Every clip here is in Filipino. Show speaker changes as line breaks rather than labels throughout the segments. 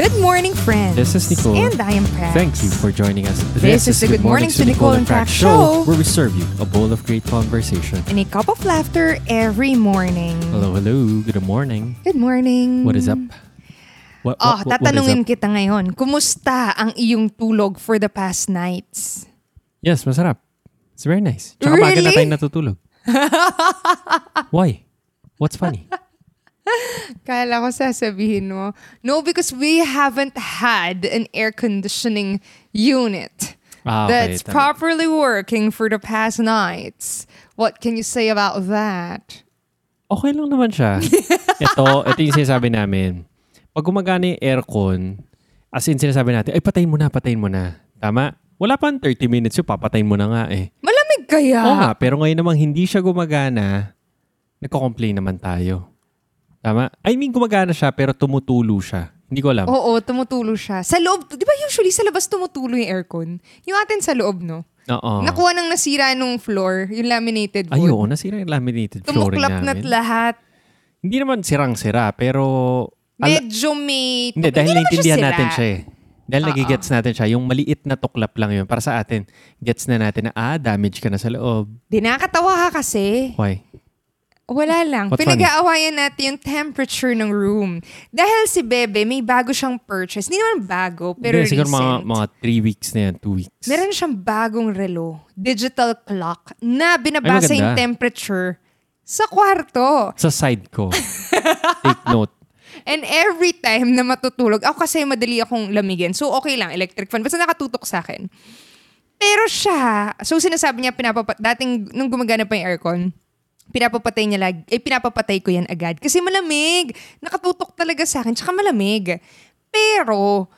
Good morning, friends.
This is Nicole.
And I am Prax.
Thank you for joining us.
This is the Good Mornings with Nicole and Prax show.
where we serve you a bowl of great conversation.
And a cup of laughter every morning.
Hello, hello. Good morning.
Good morning.
What is up? What,
Mm. Oh,
what- what- what is
tatanungin
up?
kita ngayon. Kumusta ang iyong tulog for the past nights?
Yes, masarap. It's very nice. Tsaka bagay na
Really?
tayo natutulog. Why? What's funny?
Kala ko sasabihin mo. No, because we haven't had an air conditioning unit
Ah, okay,
that's
tama.
properly working for the past nights. What can you say about that?
Okay lang naman siya. ito, ito yung sinasabi namin. Pag gumagana yung aircon, as in sinasabi natin, ay patayin mo na, patayin mo na. Tama? Wala pa ang 30 minutes yun, papatayin mo na nga eh.
Malamig kaya?
Oo nga, pero ngayon namang hindi siya gumagana, nagko-complain naman tayo. Tama? I mean, gumagana siya, pero tumutulo siya. Hindi ko alam.
Oo, tumutulo siya. Sa loob, di ba usually sa labas tumutulo yung aircon? Yung atin sa loob, no?
Oo.
Nakuha ng nasira nung floor, yung laminated
Ah. Ay,
wood.
oo, nasira yung laminated flooring
Tumuklap na't
namin.
lahat.
hindi naman sirang-sira, pero... ala-
Medyo may...
hindi, dahil
naman sira.
naintindihan
Ah,
natin siya eh. Dahil
Oo.
nagigets natin siya, yung maliit na tuklap lang yun. Para sa atin, gets na natin na, ah, damage ka na sa loob.
Di nakakatawa ka kasi.
Why?
Wala lang.
What
Pinag-aawayan natin yung temperature ng room. Dahil si Bebe, may bago siyang purchase. Hindi naman bago, pero
Hindi, siguro
recent.
mga, mga three weeks na yan, two weeks.
Meron siyang bagong relo, digital clock, na binabasa
Ay, maganda.
yung temperature sa kwarto.
Sa side ko. Take note.
And every time na matutulog, ako kasi madali akong lamigin. So okay lang, electric fan. Basta nakatutok sa akin. Pero siya, so sinasabi niya, pinapapa- dating nung gumagana pa yung aircon, pinapapatay niya lag, eh pinapapatay ko yan agad. Kasi malamig. Nakatutok talaga sa akin. Tsaka malamig. Pero,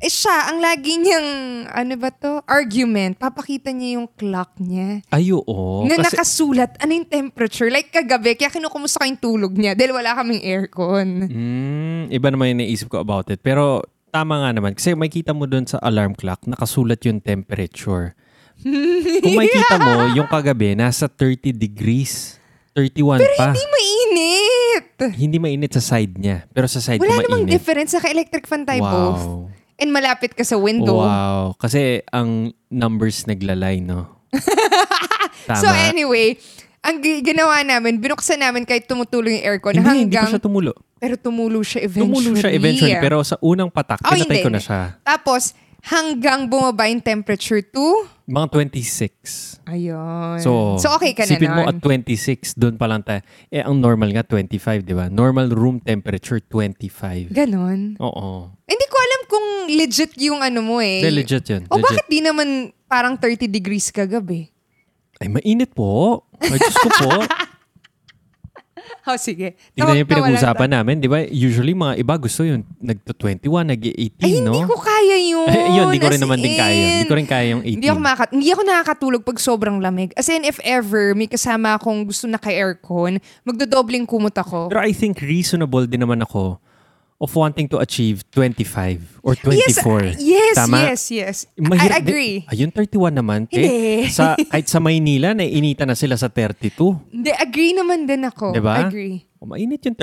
eh siya, ang lagi niyang, ano ba to? Argument. Papakita niya yung clock niya.
Ay, oo.
na
Oh, Kasi-
nakasulat, ano yung temperature? Like kagabi, kaya kinukumusta ko yung tulog niya dahil wala kaming aircon.
Mm, iba naman yung naisip ko about it. Pero tama nga naman. Kasi makikita mo doon sa alarm clock, nakasulat yung temperature. Kung makikita mo, yung kagabi, nasa 30 degrees. 31 pa.
Hindi mainit!
Hindi mainit sa side niya. Pero sa side
Wala
ko
namang
mainit.
difference. Naka-electric fan tayo
wow.
both. And malapit ka sa window.
Wow. Kasi ang numbers naglalay, no? Tama.
So anyway, ang gi- ginawa namin, binuksan namin kahit tumutulo yung aircon
hindi, hindi
hanggang...
ko siya tumulo.
pero tumulo siya eventually.
Tumulo siya eventually. Pero sa unang patak,
Oh,
pinatay
hindi.
ko na siya.
Tapos, hanggang bumaba yung temperature to...
Mga 26.
Ayun.
So,
okay ka na
isipin mo
nun.
at 26, doon pa lang tayo. Eh, ang normal nga, 25, di ba? Normal room temperature, 25.
Ganon.
Oo.
Hindi ko alam kung legit yung ano mo eh.
Hindi, legit yun.
O
legit.
bakit di naman parang 30 degrees kagabi?
Ay, mainit po. Ay, Diyos ko po.
Oh, sige.
Tingnan niyo yung
Tawag- tawalan
pinag-usapan namin, di ba? Usually, mga iba gusto yun. Nagto-21, nag-18,
Ay,
no?
hindi ko kaya yun.
Ay, yun, hindi ko rin
As
naman din kaya. yun. Hindi ko rin kaya yung 18.
Hindi ako, maka- hindi ako nakakatulog pag sobrang lamig. As in, if ever may kasama akong gusto naka-aircon, magdodobling kumot ako.
Pero I think reasonable din naman ako of wanting to achieve 25 or 24.
Yes,
Tama?
yes, yes. I
Mahirap din-
agree.
Ayun, 31 naman. Te.
Hindi.
sa, kahit sa Maynila, naiinita na sila sa 32.
Hindi, agree naman din ako.
Diba?
Agree.
O, mainit yung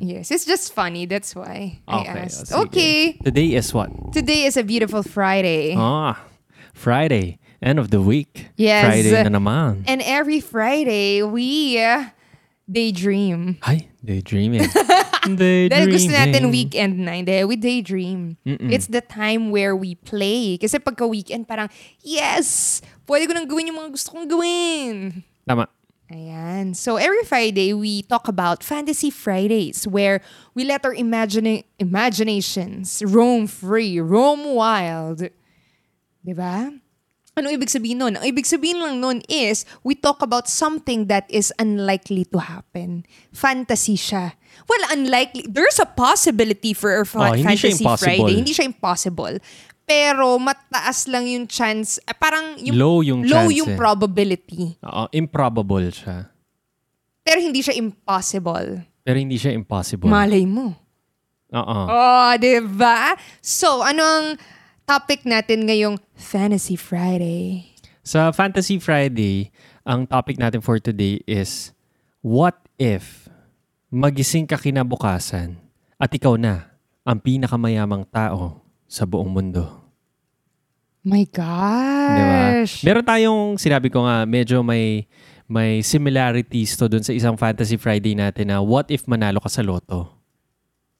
31.
Yes, it's just funny. That's why I asked.
o, oh,
Okay,
sige. Today is what?
today is a beautiful Friday.
Ah, Friday. End of the week.
Yes.
Friday na naman.
And every Friday, we uh, daydream.
Ay, daydreaming. daydreaming.
Dahil gusto natin weekend na, hindi, we daydream. It's the time where we play. Kasi pagka-weekend, parang, yes! Pwede ko nang gawin yung mga gusto kong gawin.
Tama.
Ayan. So every Friday, we talk about Fantasy Fridays where we let our imagina- imaginations roam free, roam wild. Diba? Ano ibig sabihin nun? Ang ibig sabihin lang nun is we talk about something that is unlikely to happen. Fantasy siya. Well, unlikely. There's a possibility for a fa-
Oh, hindi siya
Fantasy
impossible.
Friday. Hindi siya impossible. Pero mataas lang yung chance. ah, Parang yung,
Low yung
low
chance
yung
eh.
probability.
Oo, improbable siya.
Pero hindi siya impossible.
Pero hindi siya impossible.
Malay mo.
Oo.
Oh, di ba? So, ano ang topic natin ngayong Fantasy Friday?
Sa Fantasy Friday, ang topic natin for today is What if magising ka kinabukasan at ikaw na ang pinakamayamang tao sa buong mundo.
My
Di ba?
gosh.
Meron tayong, sinabi ko nga, medyo may may similarities to dun sa isang Fantasy Friday natin na what if manalo ka sa loto?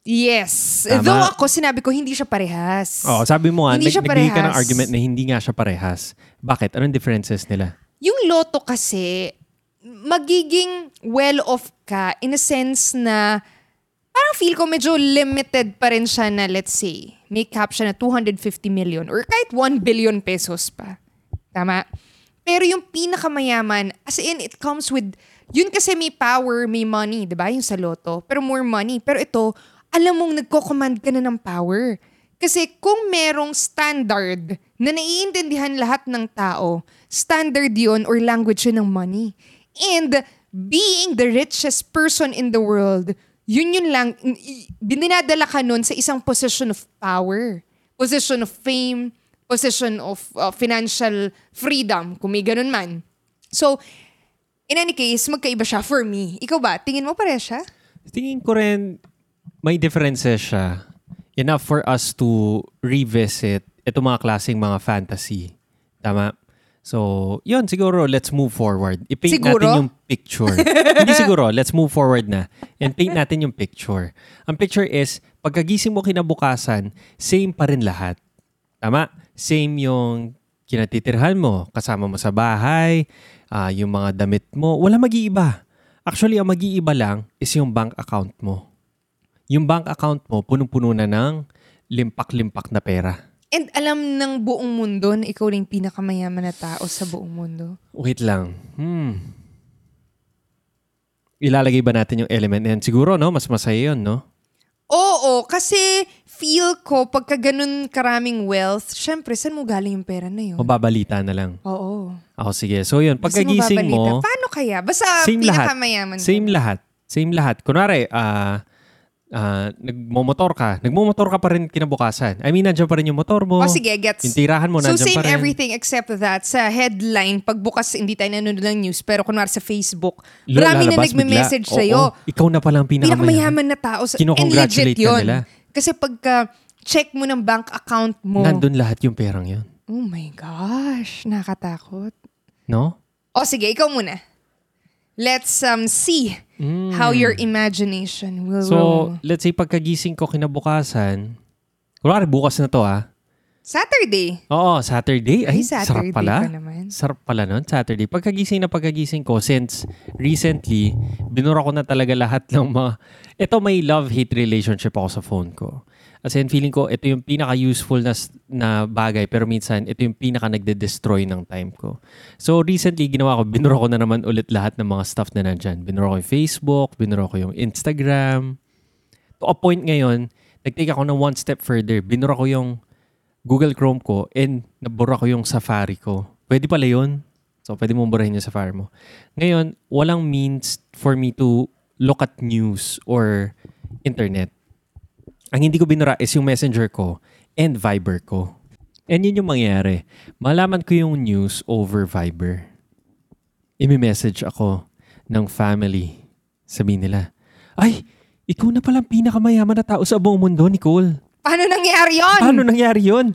Yes.
Tama.
Though ako, sinabi ko, hindi siya parehas.
Oh, sabi mo nga,
Hindi
nag-
siya
nagbigay ka ng
parehas.
argument na hindi nga siya parehas. Bakit? Anong differences nila?
Yung loto kasi, magiging well-off ka in a sense na parang feel ko medyo limited pa rin siya na let's say, may cap siya na 250 million or kahit 1 billion pesos pa. Tama? Pero yung pinakamayaman, as in, it comes with, yun kasi may power, may money, di ba? Yung sa loto. Pero more money. Pero ito, alam mong nagko-command ka na ng power. Kasi kung merong standard na naiintindihan lahat ng tao, standard yun or language yun ng money. And being the richest person in the world, yun yun lang, bininadala ka nun sa isang position of power, position of fame, position of uh, financial freedom, kung may ganun man. So, in any case, magkaiba siya for me. Ikaw ba? Tingin mo pare siya?
Tingin ko rin, may differences siya. Enough for us to revisit ito mga klaseng mga fantasy. Tama? So, yun, siguro, let's move forward. I-paint
Siguro?
natin yung picture. Hindi siguro, let's move forward na. And paint natin yung picture. Ang picture is, pagkagising mo kinabukasan, same pa rin lahat. Tama? Same yung kinatitirhan mo, kasama mo sa bahay, ah, yung mga damit mo. Wala mag-iiba. Actually, ang mag-iiba lang is yung bank account mo. Yung bank account mo, punong-puno na ng limpak-limpak na pera.
And alam ng buong mundo na ikaw na yung pinakamayaman na tao sa buong mundo.
Wait lang. Hmm. Ilalagay ba natin yung element na yan? Siguro, no? Mas masaya yun, no?
Oo, kasi feel ko pagka ganun karaming wealth, syempre, saan mo galing yung pera na yun?
O babalita na lang.
Oo.
Ako, sige. So, yun.
Kasi
Pagkagising
mababalita.
mo,
Paano kaya? Basta
same lahat.
pinakamayaman. ka.
Same lahat. Same lahat. Kunwari, ah ah, nagmomotor ka. Nagmomotor ka pa rin kinabukasan. I mean, nandiyan pa rin yung motor mo.
O Oh, sige, gets.
Yung tirahan mo,
so
nandiyan
same
pa rin.
everything except that sa headline, pagbukas hindi tayo nanonood ng news, pero kunwari sa Facebook,
Lo-
marami na
lalabas bigla.
nagme-message
Oo,
sa'yo.
ikaw na pala ang pinakamayaman.
Pinakamayaman na tao. Sa, and
Kinokongratulate
legit
ka
yun.
nila.
Kasi pagka check mo ng bank account mo,
Nandun lahat yung perang yun.
oh my gosh, nakatakot.
No?
O sige, ikaw muna. Let's um see how your imagination will
Hmm. So,
roam.
let's say pagkagising ko kinabukasan, kunwari bukas na to ah.
Saturday.
Oo, Saturday.
Ay,
Ay,
Saturday
sarap pala.
pa naman.
Sarap pala nun, Saturday. Pagkagising na pagkagising ko, since recently, binura ko na talaga lahat ng mga... Ito, may love-hate relationship ako sa phone ko. As in, feeling ko, ito yung pinaka-useful na, s- na bagay, pero minsan, ito yung pinaka nagde-destroy ng time ko. So, recently, ginawa ko, binura ko na naman ulit lahat ng mga stuff na nandyan. Binura ko yung Facebook, binura ko yung Instagram. To a point ngayon, nag-take ako ng one step further. Binura ko yung Google Chrome ko and nabura ko yung Safari ko. Pwede pala yun. So, pwede mong burahin yung Safari mo. Ngayon, walang means for me to look at news or internet. Ang hindi ko binura is yung Messenger ko and Viber ko. And yun yung mangyayari. Malaman ko yung news over Viber. Imi-message ako ng family. Sabi nila, Ay, ikaw na palang pinakamayaman na tao sa buong mundo, Nicole.
Paano nangyari yun?
Paano nangyari yun?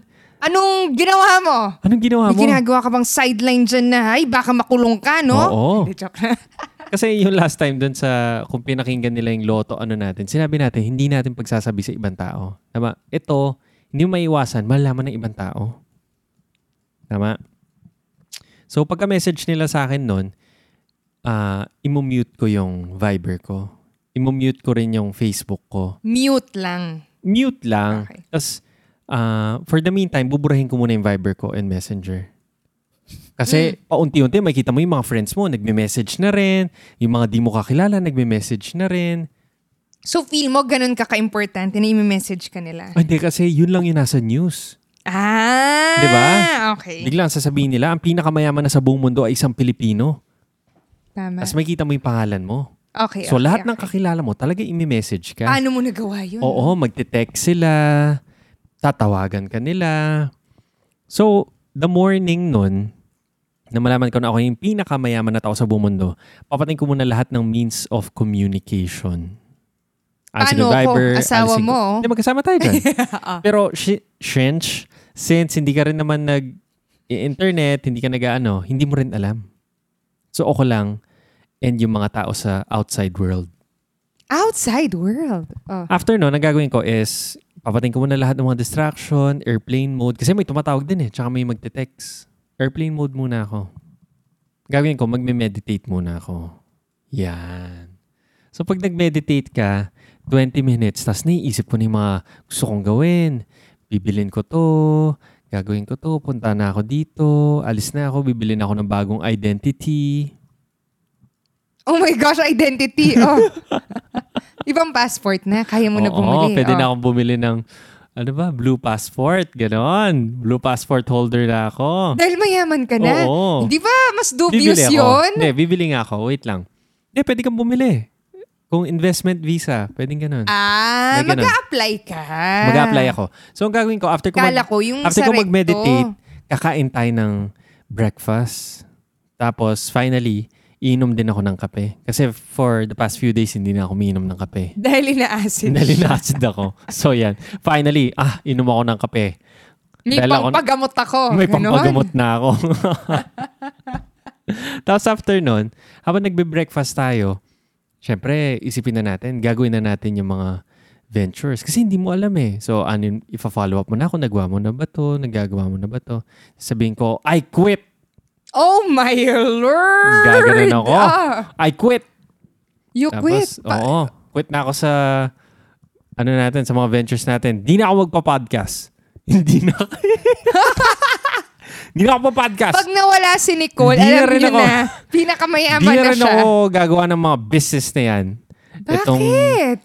Anong ginawa mo?
Anong ginawa
May
mo?
ginagawa ka bang sideline dyan na, ay, baka makulong ka, no?
Oo.
Hindi, joke na.
Kasi yung last time dun sa, kung pinakinggan nila yung loto, ano natin, sinabi natin, hindi natin pagsasabi sa ibang tao. Tama? Ito, hindi mo maiwasan, malaman ng ibang tao. Tama? So, pagka-message nila sa akin nun, ah imumute ko yung Viber ko. Imumute ko rin yung Facebook ko.
Mute lang.
Mute lang.
Okay.
Tapos, ah, for the meantime, buburahin ko muna yung Viber ko and Messenger. Kasi paunti-unti, makikita mo yung mga friends mo, nagme-message na rin. Yung mga di mo kakilala, nagme-message na rin.
So, feel mo, ganun ka ka-importante na i-message ka nila.
Ay, Hindi, kasi yun lang yung nasa news.
Ah!
Di ba?
Okay.
Biglang sasabihin nila, ang pinakamayaman na sa buong mundo ay isang Pilipino.
Tama.
Tapos makikita mo yung pangalan mo.
Okay,
So
okay,
lahat ng
okay.
kakilala mo, talaga i-message ka.
Paano mo nagawa yun?
Oo, magte-text sila, tatawagan ka nila. So, the morning nun, na malaman ko na ako yung pinakamayaman na tao sa buong mundo, papatayin ko muna lahat ng means of communication.
Paano
Alison Godiber,
kung asawa
Alison-
mo?
Hindi, magkasama tayo dyan.
Ah.
Pero, shi- Shench, since hindi ka rin naman nag-internet, hindi ka nag-ano, hindi mo rin alam. So, ako lang and yung mga tao sa outside world.
Outside world. Oh.
After no, ang gagawin ko is, papating ko muna lahat ng mga distraction, airplane mode. Kasi may tumatawag din eh, tsaka may magte-text. Airplane mode muna ako. Gagawin ko, magme-meditate muna ako. Yan. So pag nag-meditate ka, 20 minutes, tapos naiisip ko na yung mga gusto kong gawin. Bibilin ko to, gagawin ko to, punta na ako dito, alis na ako, bibili na ako ng bagong identity.
Oh my gosh, identity. Oh. Ibang passport na. Kaya mo na
Oo,
bumili. Oh.
pwede na akong bumili ng, ano ba, blue passport, ganon. Blue passport holder na ako.
Dahil mayaman ka na.
Oo.
Hindi ba mas dubious
ako.
yun?
Hindi, bibili nga ako. Wait lang. Hindi, pwede kang bumili. Kung investment visa, pwedeng ganon.
Ah,
May ganun.
mag-a-apply ka.
Mag-apply ako. So, ang gagawin ko, after ko,
Kala ko yung sa
after ko
recto.
mag-meditate, kakain tayo ng breakfast. Tapos, finally, iinom din ako ng kape. Kasi for the past few days, hindi na ako umiinom ng kape.
Dahil inaasin.
Nalinacid ako. So yan. Finally, ah, inom ako ng kape.
May
Dahil ako-
pampagamot ako.
May
Oh, Ganon.
pampagamot na ako. Tapos after nun, habang nagbe-breakfast tayo, syempre, isipin na natin, gagawin na natin yung mga ventures. Kasi hindi mo alam eh. So, ano yun, ipa-follow up mo na ako, nagawa mo na ba to, nagagawa mo na ba to. Sabihin ko, I quit!
Oh my lord!
Gaganon ako.
Ah,
I quit!
you quit.
Tapos,
Pa-
oo, quit na ako sa, ano natin, sa mga ventures natin. Di na ako magpa-podcast. Hindi na Hindi na ako magpa-podcast.
Pag nawala si Nicole,
Di
alam
na rin
niyo
ako.
na,
Di
pinakamayaman
na
na
rin
siya.
ako gagawa ng mga business na yan. Itong,
Bakit?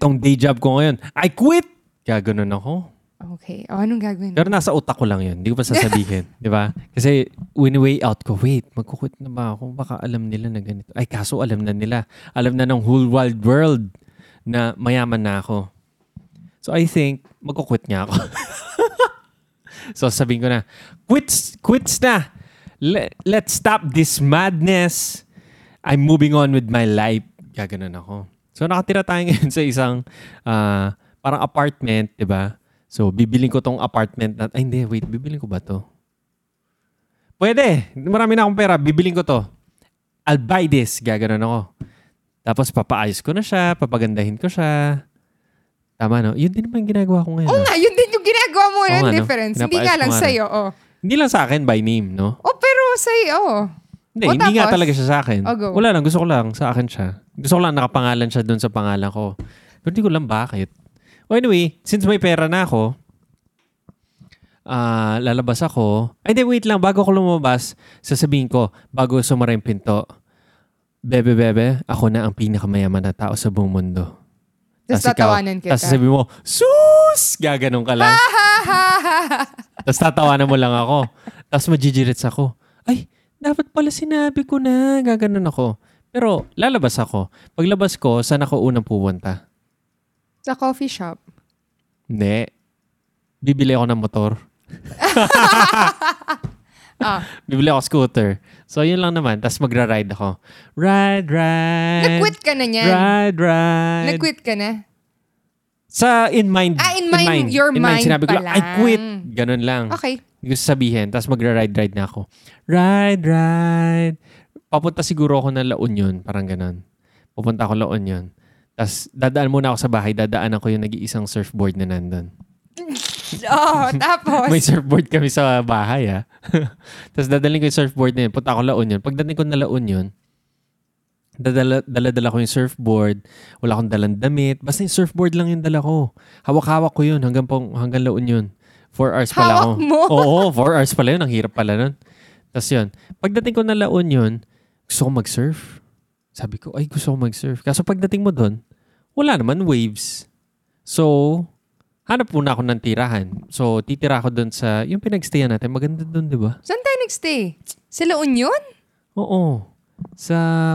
itong day job ko ngayon, I quit! Gaganon ako.
Okay. O, anong gagawin?
Pero nasa utak ko lang yun. Hindi ko pa sasabihin. di ba? Kasi wini-way out ko, wait, magkukwit na ba ako? Baka alam nila na ganito. Ay, kaso alam na nila. Alam na ng whole wild world na mayaman na ako. So I think, magkukwit nga ako. so sabihin ko na, quits, quits na! Le- let's stop this madness! I'm moving on with my life. Gaganon ako. So nakatira tayo ngayon sa isang ah, parang apartment, di ba? So bibiling ko tong apartment na, ay hindi, wait, bibiling ko ba to? Pwede. Marami na akong pera. Bibiling ko to. I'll buy this. Gaganon ako. Tapos papaayos ko na siya. Papagandahin ko siya. Tama no? Yun din naman yung ginagawa ko ngayon.
Oo
no?
nga, yun din yung ginagawa mo yun,
Oo nga, no?
difference. Hindi nga
Pinapaayos
lang
ko nga
sa'yo, oh.
Hindi lang sa akin by name, no?
Oh, pero sa'yo, oh.
Hindi,
O,
hindi nga
tapos?
talaga siya sa akin.
O, go.
Wala lang, gusto ko lang sa akin siya. Gusto ko lang nakapangalan siya doon sa pangalan ko. Pero hindi ko lang bakit. Well, anyway, since may pera na ako, ah, lalabas ako. Ay, di, wait lang. Bago ako lumabas, sasabihin ko, bago sumara yung pinto, Bebe, bebe, ako na ang pinakamayaman na tao sa buong mundo.
Tapos
Tas ikaw,
tatawanan kita.
Tas sasabihin mo, sus! Gaganon ka lang. Tapos tatawanan mo lang ako. Tapos magigirits ako. Ay, dapat pala sinabi ko na. Gaganon ako. Pero lalabas ako. Paglabas ko, saan ako unang pupunta?
Sa coffee shop.
Hindi. Bibili ako ng motor.
Ah.
Bibili ako scooter. So, yun lang naman. Tapos magra-ride ako. Ride, ride.
Nag-quit ka na niyan.
Ride, ride.
Nag-quit ka na.
Sa in mind.
Ah, in mind, your mind
Sinabi
pa
ko lang, I
lang.
quit. Ganun lang.
Okay.
Hindi ko sasabihin. Tapos magra-ride-ride na ako. Ride, ride. Papunta siguro ako ng La Union. Parang ganun. Pupunta ako La Union. Tapos dadaan muna ako sa bahay. Dadaanan ko yung nag-iisang surfboard na nandun.
Oh, tapos.
May surfboard kami sa bahay, ah. Tapos dadaling ko yung surfboard na yun. Punta ako La Union. Pagdating ko na La Union, dadala, dala-dala ko yung surfboard. Wala akong dalang damit. Basta yung surfboard lang yung dala ko. Hawak-hawak ko yun hanggang, pang, hanggang La Union. Four hours
Hawak
pala ako. Oh.
mo?
Oo, four hours pala yun. Ang hirap pala nun. Tapos yun. Pagdating ko na La Union, gusto ko mag-surf. Sabi ko, ay gusto ko mag-surf. Kaso pagdating mo doon, wala naman waves. So, hanap muna ako ng tirahan. So, titira ako doon sa, yung pinagstayan natin, maganda doon, di ba?
Saan tayo nag-stay? Sa La Union?
Oo. Sa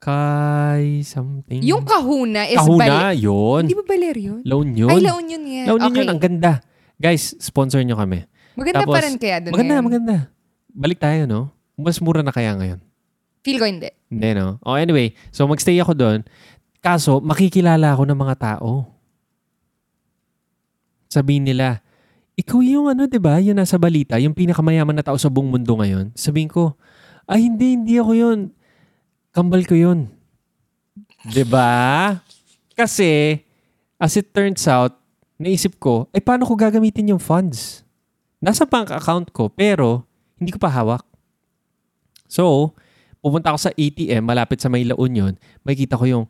Kai something.
Yung Kahuna is Bali-
Mm. Kahuna, yun.
Hindi ba Balerion?
La Union.
Ay, La Union yan.
La Union
okay.
yun, ang ganda. Guys, sponsor nyo kami.
Maganda
Tapos,
pa rin kaya doon
maganda,
ngayon.
maganda. Balik tayo, no? Mas mura na kaya ngayon.
Feel ko hindi.
Hindi, no? Oh, anyway, so magstay ako doon. Kaso, makikilala ako ng mga tao. Sabihin nila, ikaw yung ano, di ba? Yung nasa balita, yung pinakamayaman na tao sa buong mundo ngayon. Sabihin ko, ay hindi, hindi ako yun. Kambal ko yun. Di ba? Kasi, as it turns out, naisip ko, ay paano ko gagamitin yung funds? Nasa bank account ko, pero hindi ko pa hawak. So, pupunta ako sa ATM, malapit sa May La Union, makikita ko yung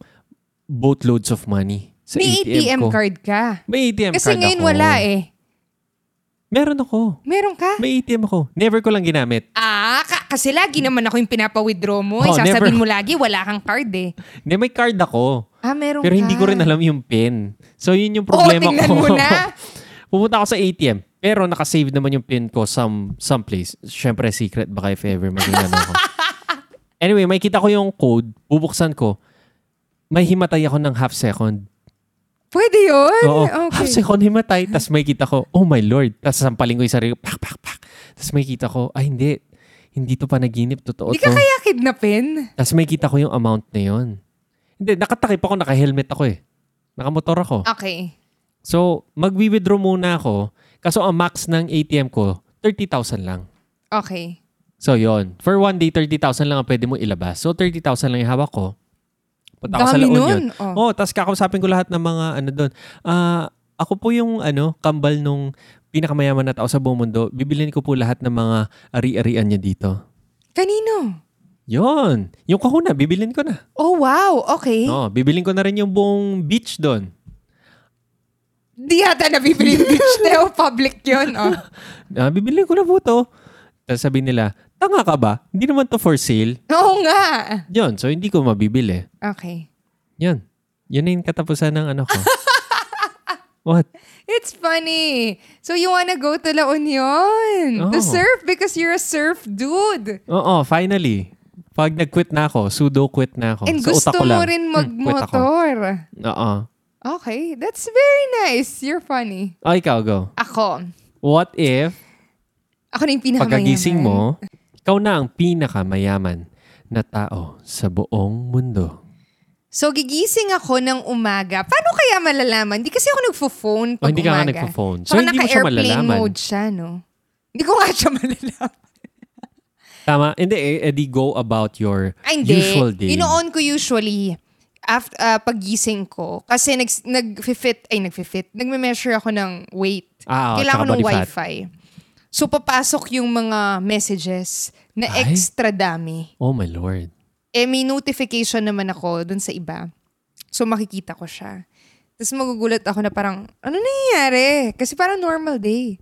boatloads of money sa
May ATM,
ko.
card ka.
May ATM
Kasi
card
ngayon
ako.
wala eh.
Meron ako.
Meron ka?
May ATM ako. Never ko lang ginamit.
Ah, ka- kasi lagi naman ako yung pinapa-withdraw mo. eh.
Oh,
Sasabihin mo
never.
lagi, wala kang card eh.
Hindi, may card ako.
Ah, meron
Pero
ka.
hindi ko rin alam yung PIN. So, yun yung
Oo,
problema
tingnan
ko.
Oh, mo na.
Pupunta ako sa ATM. Pero nakasave naman yung PIN ko some someplace. Siyempre, secret baka if ever maging ano ako. Anyway, may kita ko yung code. Bubuksan ko. May himatay ako ng half second.
Pwede yun?
Oo. Half
Ah, Okay.
second himatay. Tapos may kita ko, oh my lord. Tapos sampaling ko yung sarili ko. Pak, pak, pak. Tapos may kita ko, ay hindi. Hindi to panaginip. Totoo
Hindi
to.
ka kaya kidnapin?
Tapos may kita ko yung amount na yun. Hindi, nakatakip ako, naka-helmet ako eh. Nakamotor ako.
Okay.
So, mag-withdraw muna ako. Kaso ang max ng ATM ko, 30,000 lang.
Okay.
So, yon For one day, 30,000 lang ang pwede mo ilabas. So, 30,000 lang yung hawak ko. Punta ako sa La
Dami
Union.
nun. Oh.
Oh, tapos kakausapin ko lahat ng mga ano doon. Ah, ako po yung ano, kambal nung pinakamayaman na tao sa buong mundo. Bibilin ko po lahat ng mga ari-arian niya dito.
Kanino?
Yon. Yung kahuna, bibilin ko na.
Oh, wow. Okay.
No, bibiling ko na rin yung buong beach doon.
Di yata nabibili yung beach na yung public yun. Oh.
Ah, bibiling ko na po to. Tapos sabi nila, tanga ka ba? Hindi naman to for sale.
Oo nga.
Yun, so hindi ko mabibili.
Okay.
Yun. Yun na yung katapusan ng ano ko. What?
It's funny. So you wanna go to La Union to
Oh.
surf because you're a surf dude.
Oo, finally. Pag nag-quit na ako, pseudo-quit na ako.
And
Oh, Sa
gusto
utak ko lang.
mo rin
"Hmm, quit ako."
magmotor.
Oo.
Okay, that's very nice. You're funny.
O, Oh, ikaw, go.
Ako.
What if,
Ako na yung pinakamayaman.
pagkagising mo,
eh?
ikaw na ang pinakamayaman na tao sa buong mundo?
So, gigising ako ng umaga. Paano kaya malalaman? Hindi kasi ako nagfo-phone pag
Oh, hindi ka nga
umaga.
nagpo-phone. So,
Baka
hindi mo siya
naka-airplane
malalaman.
mode siya, no? Hindi ko nga siya malalaman.
Tama. Hindi, eh, eh, di go about your
Ay, hindi.
usual day.
Ino-on ko usually after pagising ko. Kasi nag, nag-fit, ay nag-fit, nagme-measure ako ng weight.
Ah, oo,
Kailangan ko
tsaka
ng
body fat.
wifi. So, papasok yung mga messages na
Ay.
extra dami.
Oh my lord.
Eh, may notification naman ako dun sa iba. So, makikita ko siya. Tapos magugulat ako na parang, ano nangyayari? Kasi parang normal day.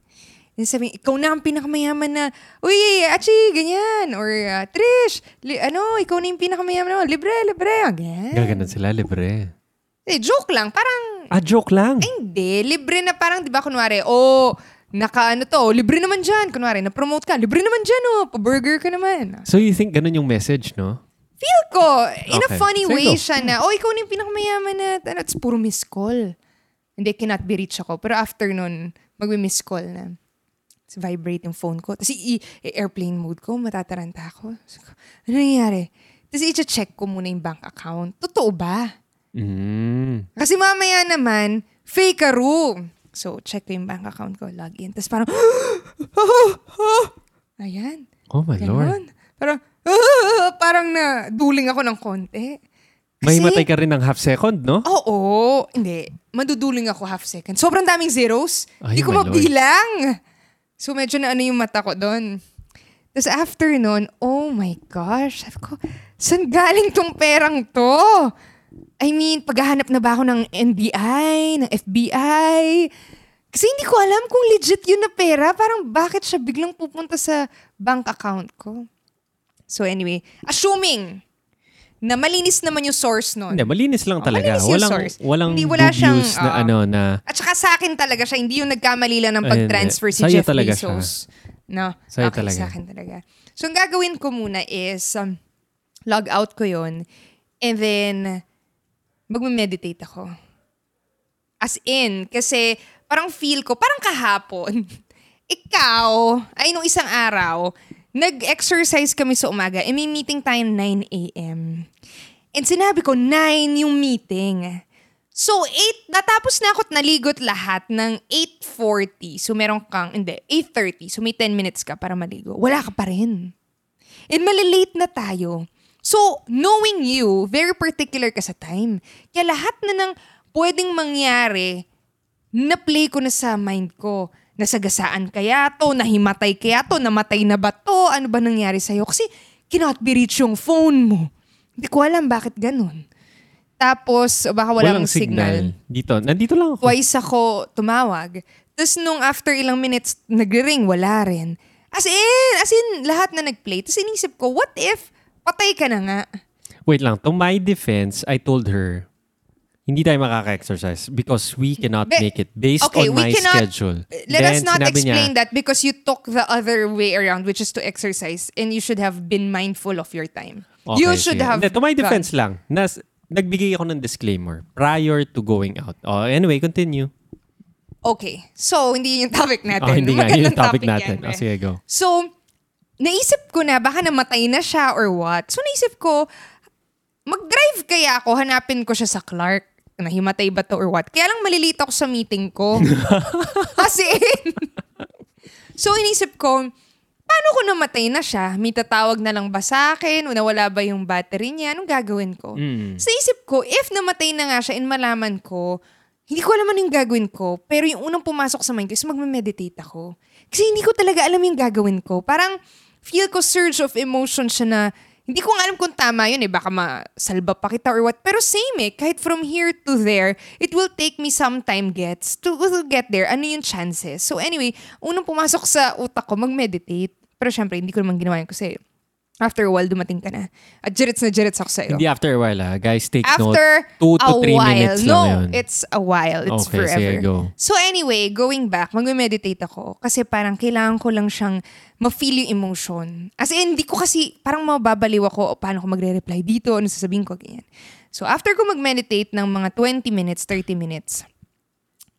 Yung sabi, ikaw na ang pinakamayaman na, uy, achi, ganyan. Or, ah, Trish, li- ano, ikaw na yung pinakamayaman na, libre, libre. Ah, Ganyan.
Gaganan sila, libre.
Eh, joke lang. Parang,
Ah, joke lang.
hindi, libre na parang, di ba, kunwari, oh, naka ano to, libre naman dyan. Kunwari, na-promote ka, libre naman dyan, oh, pa-burger ka naman. ah.
So you think ganun yung message, no?
Feel ko, in a
Okay.
funny
Sige,
way
go.
siya na, oh, ikaw na yung pinakamayaman na, ano, it's puro miss call. Hindi, cannot be reached ako. Pero after nun, magmi-miss call na. Tapos vibrate yung phone ko. Tapos i- i- airplane mode ko, matataranta ako. Sabi ko, Ano nangyayari? Tapos i-check ko muna yung bank account. Totoo ba?
Mm.
Kasi mamaya naman, fake a room. So, check ko yung bank account ko, log in. Tapos parang, ayan,
Oh my lord.
ganun. Parang, "Ah, parang na duling ako ng konti.
May
Kasi- Oh!
matay ka rin ng half second, no?
Oo, hindi. Maduduling ako half second. Sobrang daming zeros.
Ay,
Hindi ko
my Lord.
mabilang. So medyo na ano yung mata ko doon. Tapos after nun, oh my gosh, sabi ko, saan galing tong perang to? I mean, paghahanap na ba ako ng NBI, ng FBI? Kasi hindi ko alam kung legit yun na pera. Parang bakit siya biglang pupunta sa bank account ko? So anyway, assuming na malinis naman yung source nun.
Hindi, malinis lang
Oh,
talaga.
malinis yung
walang
source.
walang
Hindi, wala siyang, ah,
dubious na
oo.
ano na
At saka sa akin talaga siya, hindi yung nagkamali lang ng
Ayun,
pag-transfer
eh.
si
Sa'yo
Jeff
talaga
Bezos. No,
Sa'yo
okay,
talaga.
sa akin talaga. So, ang gagawin ko muna is, um, log out ko yon and then, magme-meditate ako. As in, kasi parang feel ko, parang kahapon, ikaw, ay nung isang araw, nag-exercise kami sa umaga, e may meeting tayo 9 a.m. And sinabi ko, 9 yung meeting. So, 8, natapos na ako't naligot lahat ng 8.40. So, meron kang, hindi, 8.30. So, may 10 minutes ka para maligo. Wala ka pa rin. And malilate na tayo. So, knowing you, very particular ka sa time. Kaya lahat na ng pwedeng mangyari, na-play ko na sa mind ko. Nasagasaan kaya to? Nahimatay kaya to? Namatay na ba to? Ano ba nangyari sa'yo? Kasi cannot be reached yung phone mo. Hindi ko alam bakit ganun. Tapos, baka wala
Walang
akong signal.
signal. Dito. Nandito lang ako.
Twice ako tumawag. Tapos nung after ilang minutes, nagre-ring, wala rin. As in, as in, lahat na nag-play. Tapos inisip ko, what if patay ka na nga?
Wait lang. To my defense, I told her, hindi tayo makaka-exercise because we cannot
Be-
make it based
okay,
on
we
my
cannot-
schedule.
Let us
Then,
not
sinabi niya,
explain that because you took the other way around, which is to exercise, and you should have been mindful of your time.
Okay,
you should
sige.
have...
Hindi, to my
gone.
defense lang, nas, nagbigay ako ng disclaimer prior to going out. Oh, anyway, continue.
Okay. So, hindi yun yung topic natin.
Oh, hindi nga. Yun
Magandang
yung topic natin.
yan,
Oh,
eh.
sige, go.
So, naisip ko na baka namatay na siya or what. So, naisip ko, mag-drive kaya ako, hanapin ko siya sa Clark. Nahimatay ba to or what? Kaya lang malilito ako sa meeting ko. As in. so, inisip ko, paano ko namatay na siya? May tatawag na lang ba sa akin? O nawala ba yung battery niya? Anong gagawin ko?
Mm.
Sa isip ko, if namatay na nga siya and malaman ko, hindi ko alam ano yung gagawin ko, pero yung unang pumasok sa mind ko is magme-meditate ako. Kasi hindi ko talaga alam yung gagawin ko. Parang feel ko surge of emotion siya na hindi ko nga alam kung tama yun eh. Baka masalba pa kita or what. Pero same eh. Kahit from here to there, it will take me some time gets to, to get there. Ano yung chances? So anyway, unang pumasok sa utak ko, mag-meditate. Pero syempre, hindi ko naman ginawa yun kasi after a while, dumating ka na. At jirits na jirits ako sa'yo
Hindi after a while, ah. Guys, take
after
note. Two to
a
three
while.
minutes
no,
lang yun.
it's a while. It's
Okay, sige,
forever.
go.
So anyway, going back, magme-meditate ako kasi parang kailangan ko lang siyang ma-feel yung emotion. As in, hindi ko kasi, parang mababaliw ako o paano ko magre-reply dito, ano sasabihin ko, ganyan. So after ko mag-meditate ng mga 20 minutes, 30 minutes,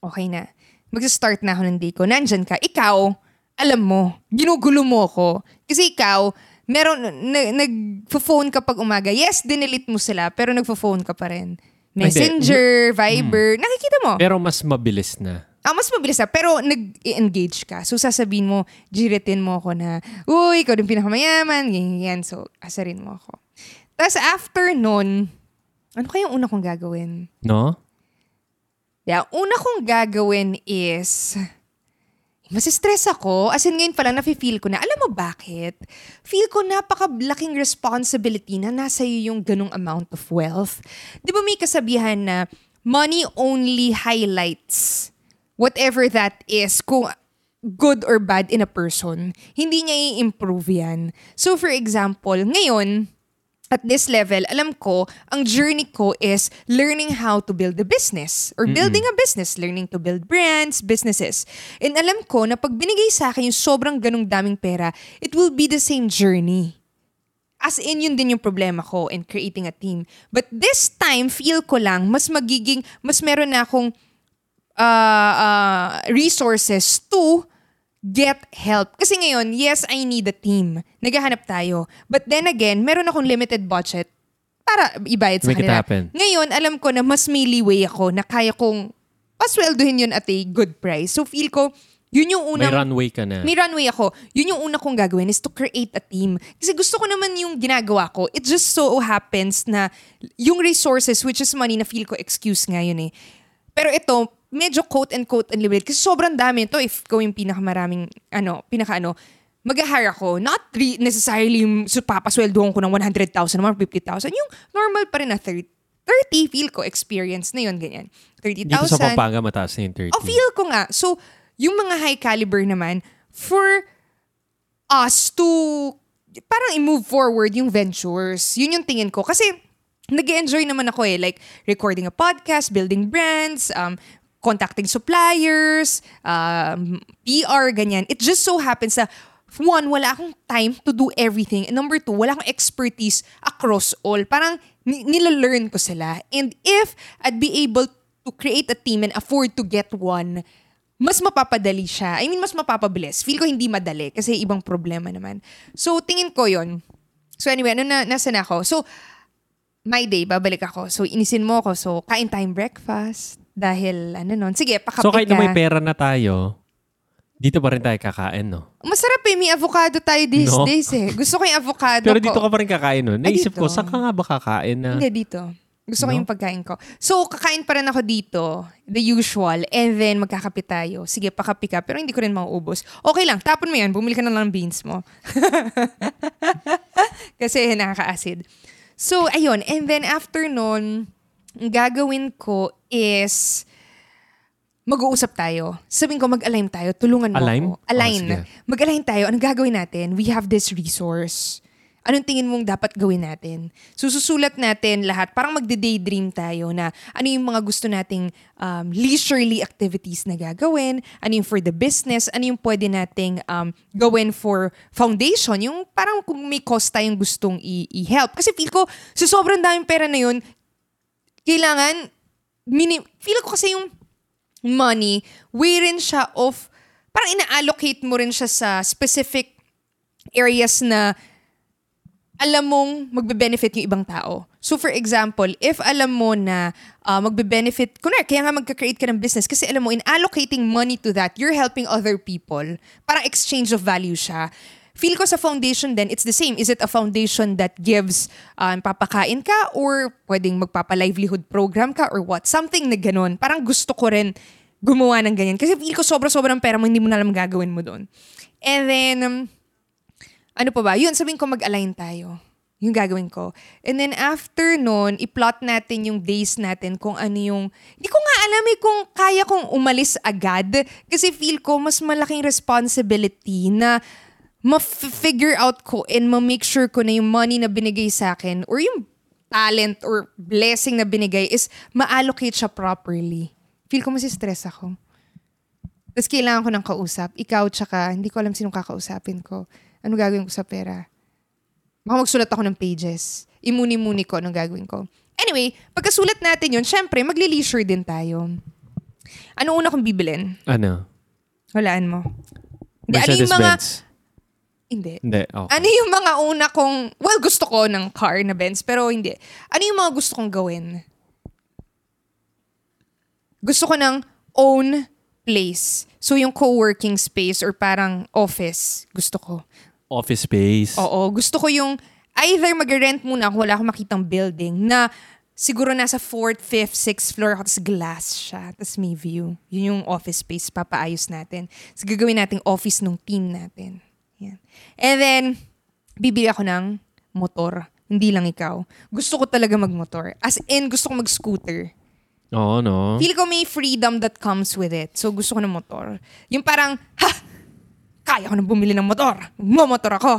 okay na. Magsa-start na ako ng day ko. Nandyan ka. Ikaw, alam mo, ginugulo mo ako. Kasi ikaw, meron, na, nag-phone ka pag umaga. Yes, dinelete mo sila, pero nag-phone ka pa rin. Messenger, Viber, nakikita mo.
Pero mas mabilis na.
Ah, mas mabilis na, pero nag-engage ka. So, sasabihin mo, jiritin mo ako na, uy, ikaw din pinakamayaman, ganyan, ganyan. So, asarin mo ako. Tapos, after nun, ano kayang una kong gagawin?
No?
Yeah, una kong gagawin is, masistress ako. As in, ngayon pa lang, nafe-feel ko na. Alam mo bakit? Feel ko napakalaking responsibility na nasa iyo yung ganong amount of wealth. Di ba may kasabihan na money only highlights whatever that is kung good or bad in a person. Hindi niya i-improve yan. So for example, ngayon, at this level, alam ko, ang journey ko is learning how to build a business or building a business, learning to build brands, businesses. And alam ko na pag binigay sa akin yung sobrang ganong daming pera, it will be the same journey. As in, yun din yung problema ko in creating a team. But this time, feel ko lang, mas magiging, mas meron na akong uh, uh, resources to get help. Kasi ngayon, yes, I need a team. Naghahanap tayo. But then again, meron akong limited budget para ibayad sa
Make it
kanila.
happen.
Ngayon, alam ko na mas may leeway ako na kaya kong pasweldohin yun at a good price. So feel ko, yun yung
May
unang
runway ka na.
may runway ako. Yun yung una kong gagawin is to create a team. Kasi gusto ko naman yung ginagawa ko. It just so happens na yung resources, which is money, na feel ko excuse nga yun eh. Pero ito, medyo quote and quote unlimited. Kasi sobrang dami ito if ko yung pinakamaraming, ano, pinaka ano, mag-hire ako, not re- necessarily yung so, papasweldohan ko ng 100,000 or 50,000. Yung normal pa rin na 30, 30 feel ko experience na yun, ganyan. 30,000.
Dito sa Pampanga, mataas na yung 30.
O feel ko nga. So, yung mga high caliber naman, for us to parang i-move forward yung ventures. Yun yung tingin ko. Kasi nag enjoy naman ako eh. Like, recording a podcast, building brands, um, contacting suppliers, um, PR, ganyan. It just so happens na one, wala akong time to do everything. And number two, wala akong expertise across all. Parang ni- nila-learn ko sila. And if I'd be able to create a team and afford to get one, mas mapapadali siya. I mean, mas mapapabilis. Feel ko hindi madali kasi ibang problema naman. So, tingin ko yon So, anyway, ano na, nasa na ako? So, my day, babalik ako. So, inisin mo ako. So, kain tayong breakfast. Dahil, ano nun. Sige, pakapit
So kahit na
ka.
may pera na tayo, dito pa rin tayo kakain, no?
Masarap eh. May avocado tayo these
No.
days eh. Gusto ko yung avocado
Pero
ko.
dito ka pa rin kakain nun.
Ay,
Naisip ko,
Ah, dito.
saan ka nga ba kakain na?
Hindi, dito. Gusto ko
No?
yung pagkain ko. So, kakain pa rin ako dito. The usual. And then, magkakapi tayo. Sige, pakapi ka. Pero hindi ko rin mauubos. Okay lang. Tapon mo yan. Bumili ka na lang ng beans mo. Kasi nakaka-acid. So, ayun. And then, after nun, ang gagawin ko is mag-uusap tayo. Sabihin ko, mag-align tayo. Tulungan mo
Align?
ako. Align.
Oh, sige.
mag-align tayo. Anong gagawin natin? We have this resource. Anong tingin mong dapat gawin natin? Sususulat natin lahat. Parang magde-daydream tayo na ano yung mga gusto nating um, leisurely activities na gagawin, ano yung for the business, ano yung pwede nating um, gawin for foundation, yung parang kung may cost tayong gustong i- i-help. Kasi feel ko, sa sobrang daming pera na yun, kailangan, mini- feel ko kasi yung money, way rin siya of, parang ina-allocate mo rin siya sa specific areas na alam mong magbe-benefit yung ibang tao. So for example, if alam mo na uh, magbe-benefit, kunwari, kaya nga magka-create ka ng business kasi alam mo, in allocating money to that, you're helping other people. Parang exchange of value siya. Feel ko sa foundation then it's the same. Is it a foundation that gives uh, papakain ka or pwedeng magpapa-livelihood program ka or what? Something na ganun. Parang gusto ko rin gumawa ng ganyan. Kasi feel ko sobra-sobrang pera mo, hindi mo na alam gagawin mo doon. And then, um, ano pa ba? Yun, sabihin ko mag-align tayo. Yung gagawin ko. And then after nun, i-plot natin yung days natin kung ano yung... Hindi ko nga alam eh kung kaya kong umalis agad. Kasi feel ko mas malaking responsibility na ma-figure out ko and ma-make sure ko na yung money na binigay sa akin or yung talent or blessing na binigay is ma-allocate siya properly. Feel ko masistress ako. Tapos kailangan ko ng kausap. Ikaw, tsaka hindi ko alam sinong kakausapin ko. Ano gagawin ko sa pera? Baka magsulat ako ng pages. Imuni-muni ko anong gagawin ko. Anyway, pagkasulat natin yun, syempre, magli-leisure din tayo. Ano una kong bibilin?
Ano?
Walaan mo. Hindi, ano yung mga...
Mercedes-Benz.
Hindi.
Hindi, oh, okay.
Ano yung mga una kong... Well, gusto ko ng car na Benz, pero hindi. Ano yung mga gusto kong gawin? Gusto ko ng own place. So, yung co-working space or parang office, gusto ko.
Office space.
Oo, gusto ko yung either mag-rent muna ako, wala akong makitang building na siguro nasa 4th, 5th, 6th floor ako, tapos glass siya, tapos may view. Yun yung office space, papaayos natin. Tapos gagawin natin office nung team natin. Yan. And then, bibili ako ng motor. Hindi lang ikaw. Gusto ko talaga magmotor. As in, gusto ko mag-scooter.
Oo, no?
Feel ko may freedom that comes with it. So gusto ko ng motor. Yung parang, ha! Kaya ko na bumili ng motor. Mamotor ako.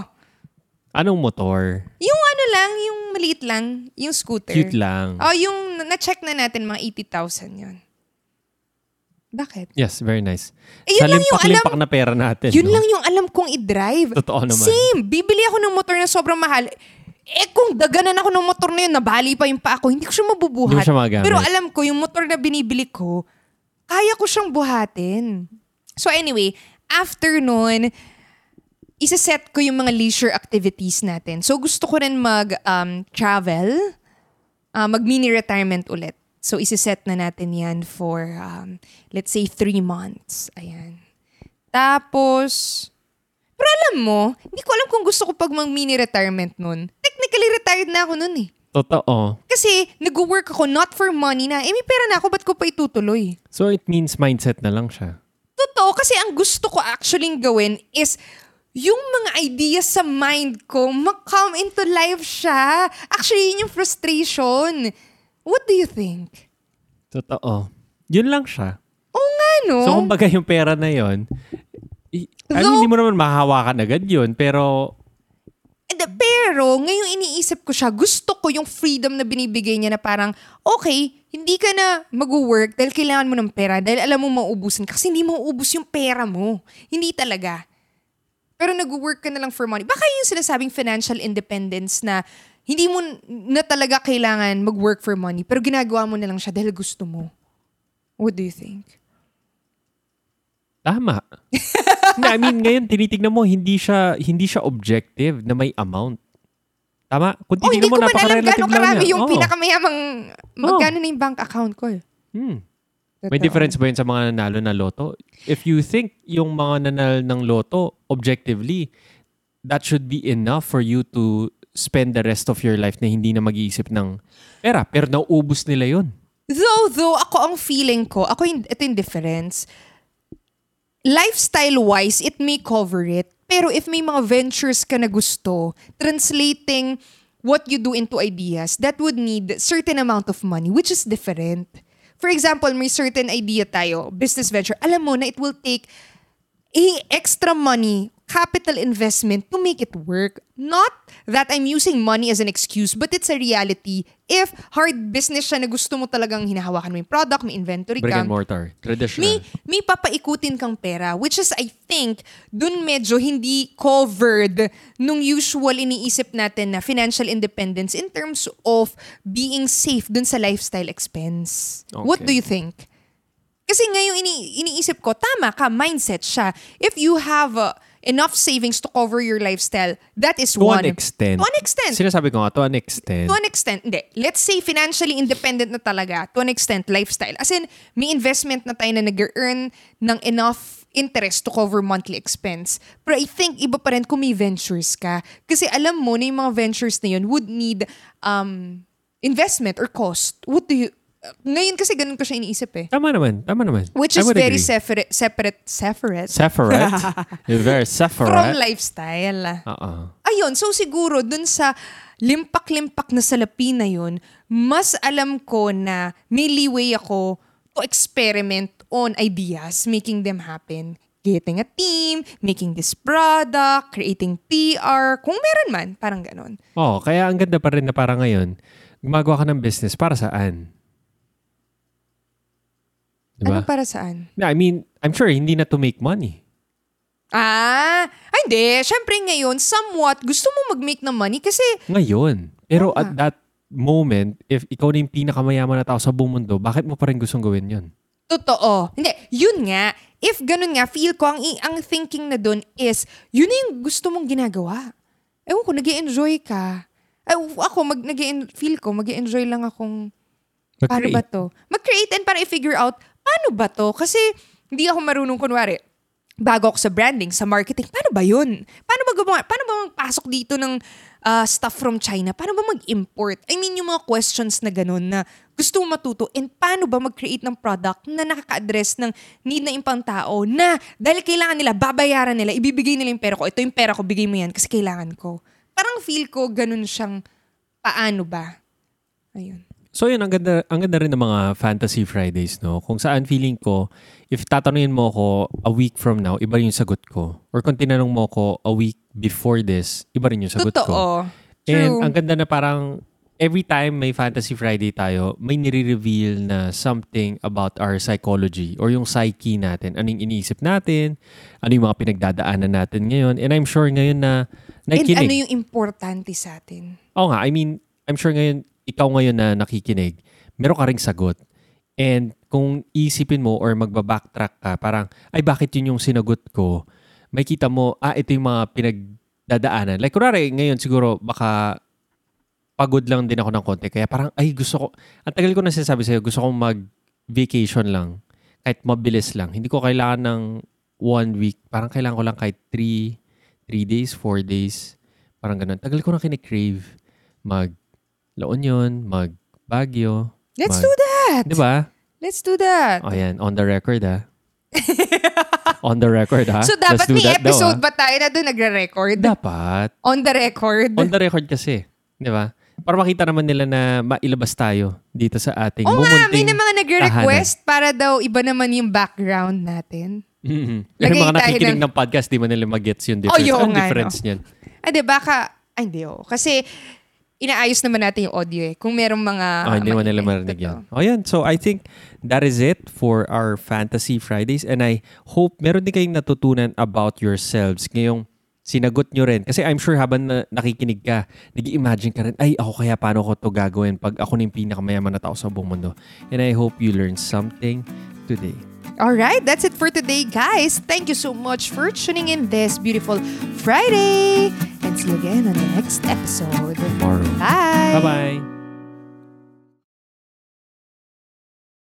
Anong motor?
Yung ano lang, yung maliit lang, yung scooter.
Cute lang.
Oh, yung na- na-check na natin, mga 80,000 yun. Bakit?
Yes, very nice.
Eh, yun lang yung
Salimpak-limpak na pera natin.
Yun
no?
lang yung alam kong i-drive.
Totoo naman.
Same. Bibili ako ng motor na sobrang mahal. Eh kung daganan ako ng motor na yun, nabali pa yung pa ako, hindi ko siya mabubuhat.
Hindi mo siya magagamit.
Pero alam ko, yung motor na binibili ko, kaya ko siyang buhatin. So anyway, after nun, isa-set ko yung mga leisure activities natin. So gusto ko rin um, mag-travel, uh, mag-mini-retirement ulit. So isa-set na natin yan for, um, let's say, three months. Ayan. Tapos, pero alam mo, hindi ko alam kung gusto ko pag mang mini retirement nun. Technically retired na ako nun eh.
Totoo.
Kasi nag-work ako not for money na. Eh may pera na ako, ba't ko pa itutuloy?
So it means mindset na lang siya.
Totoo, kasi ang gusto ko actually gawin is yung mga ideas sa mind ko, ma-come into life siya. Actually, yun yung frustration. What do you think?
Totoo. Yun lang siya.
Oo nga, no?
So kumbaga yung pera na yun, i- I mean,
Though-
hindi mo naman mahahawakan agad yun, pero
And, uh, pero, ngayong iniisip ko siya, gusto ko yung freedom na binibigay niya na parang, okay, hindi ka na mag-work dahil kailangan mo ng pera, dahil alam mo mauubusan ka, kasi hindi mauubos yung pera mo. Hindi talaga. Pero nag-work ka na lang for money. Baka yun yung sinasabing financial independence na hindi mo n- na talaga kailangan mag-work for money, pero ginagawa mo na lang siya dahil gusto mo. What do you think?
tama. Hindi, I mean, ngayon tinitignan mo, hindi siya, hindi siya objective na may amount. Tama?
Oh, hindi ko
Continue mo,
man alam
napaka-relative
gano'ng
lang
karami
niya.
yung
Oo.
pinakamayamang, magkano na yung bank account ko eh.
Hmm.
Totoo.
May difference ba yun sa mga nanalo na loto? If you think yung mga nanalo ng loto, objectively, that should be enough for you to spend the rest of your life na hindi na mag-iisip ng pera. Pero nauubos nila yun.
Though, though, ako ang feeling ko, ako yung, ito yung difference. Lifestyle-wise, it may cover it. Pero if may mga ventures ka na gusto, translating what you do into ideas, that would need certain amount of money, which is different. For example, may certain idea tayo, business venture, alam mo na it will take a extra money capital investment to make it work not that i'm using money as an excuse but it's a reality if hard business siya na gusto mo talagang hinahawakan mo yung product may inventory
Brick
ka
and mortar. Traditional.
may, may papaikutin kang pera which is I think dun medyo hindi covered nung usual iniisip natin na financial independence in terms of being safe dun sa lifestyle expense. What do
Okay.
you think? Kasi ngayong ini iniisip ko, tama ka, mindset siya. If you have uh, enough savings to cover your lifestyle, that is
to
one.
an extent.
To an extent.
Sinasabi ko nga, to an extent.
To an extent, hindi. Let's say financially independent na talaga. To an extent, lifestyle. As in, may investment na tayo na nag-earn ng enough interest to cover monthly expense. Pero I think iba pa rin kung may ventures ka. Kasi alam mo na yung mga ventures na yun would need um, investment or cost. What do you... uh, Ngayon kasi ganun ko siya iniisip eh.
Tama naman. Tama naman.
Which is
I would
very
agree.
separate, separate, separate
separate. You're very separate.
from lifestyle.
Uh-uh.
Ayun, so siguro dun sa limpak-limpak na salapi na yun, mas alam ko na may leeway ako to experiment on ideas, making them happen. Getting a team, making this product, creating PR, kung meron man, parang ganon.
Oo, Oh, kaya ang ganda pa rin na para ngayon, gumagawa ka ng business para saan?
Ano
Diba?
para saan?
No, I mean, I'm sure hindi na to make money.
Ah, ay hindi. Siyempre ngayon, somewhat, gusto mo mag-make ng money kasi
Ngayon. Pero
Oo
at that moment, if ikaw na yung pinakamayaman na tao sa buong mundo, bakit mo pa rin gustong gawin yun?
Totoo. Hindi, yun nga. If ganun nga, feel ko, ang, i- ang thinking na dun is, yun na yung gusto mong ginagawa. Ewan ko, nag enjoy ka. Ay, ako, mag, nag feel ko, mag enjoy lang akong, paano ba
Mag-create.
to? Mag-create and para i-figure out, paano ba to? Kasi, hindi ako marunong, kunwari, bago ako sa branding, sa marketing, paano ba yun? Paano ba gumawa? Paano ba magpasok dito ng ah, stuff from China? Paano ba mag-import? I mean, yung mga questions na ganun na gusto mo matuto and paano ba mag-create ng product na nakaka-address ng need na impang tao na dahil kailangan nila, babayaran nila, ibibigay nila yung pera ko. Ito yung pera ko, bigay mo yan kasi kailangan ko. Parang feel ko ganun siyang paano ba? Ayun.
So yun, ang ganda, ang ganda rin ng mga Fantasy Fridays, no? Kung saan feeling ko, if tatanungin mo ko a week from now, iba rin yung sagot ko. Or kung tinanong mo ko a week before this, iba rin yung sagot ko.
Totoo. True.
And ang ganda na parang every time may Fantasy Friday tayo, may nire-reveal na something about our psychology or yung psyche natin. Ano yung iniisip natin, ano yung mga pinagdadaanan natin ngayon. And I'm sure ngayon na
And
nakikinig.
ano yung importante sa atin?
Oo nga, I mean, I'm sure ngayon, ikaw ngayon na nakikinig, meron ka ring sagot. And kung isipin mo or magbabacktrack ka, parang, ay bakit yun yung sinagot ko? May kita mo, ah, ito yung mga pinagdadaanan. Like, kunwari, ngayon siguro, baka pagod lang din ako ng konti. Kaya parang, ay, gusto ko, ang tagal ko na sinasabi sa'yo, gusto kong mag-vacation lang. Kahit mabilis lang. Hindi ko kailangan ng one week. Parang kailangan ko lang kahit three, three days, four days. Parang ganun. Tagal ko na kinikrave mag La Union, mag Baguio.
Let's
mag-
do that!
Di ba? Ah,
Let's do that!
O yan, on the record ah. on the record ah. ha.
So dapat may episode ba tayo na doon nagre-record?
Dapat.
On the record?
On the record kasi. Di ba? Para makita naman nila na mailabas tayo dito sa ating
Oo nga, may
mumunting
na mga nagre-request para daw iba naman yung background natin.
Mm-hmm. Pero
Lagay
mga
tayo
nakikinig
ng-
ng podcast, di mo nila magets yung difference.
Oh, yun
Anong
nga,
difference niyan?
Ah, di baka, ay hindi oh. Kasi inaayos naman natin yung audio eh. Kung merong mga...
oh, hindi naman nila
maingay.
marinig
Totoo.
yan. Oh, yan. So, I think that is it for our Fantasy Fridays. And I hope meron din kayong natutunan about yourselves ngayong sinagot nyo rin. Kasi I'm sure habang na, nakikinig ka, nag imagine ka rin, ay, ako kaya paano ko to gagawin pag ako na yung pinakamayaman na tao sa buong mundo. And I hope you learned something today.
All right, that's it for today, guys. Thank you so much for tuning in this beautiful Friday. And
see you again on the next episode.
Tomorrow.
Bye!
Bye-bye.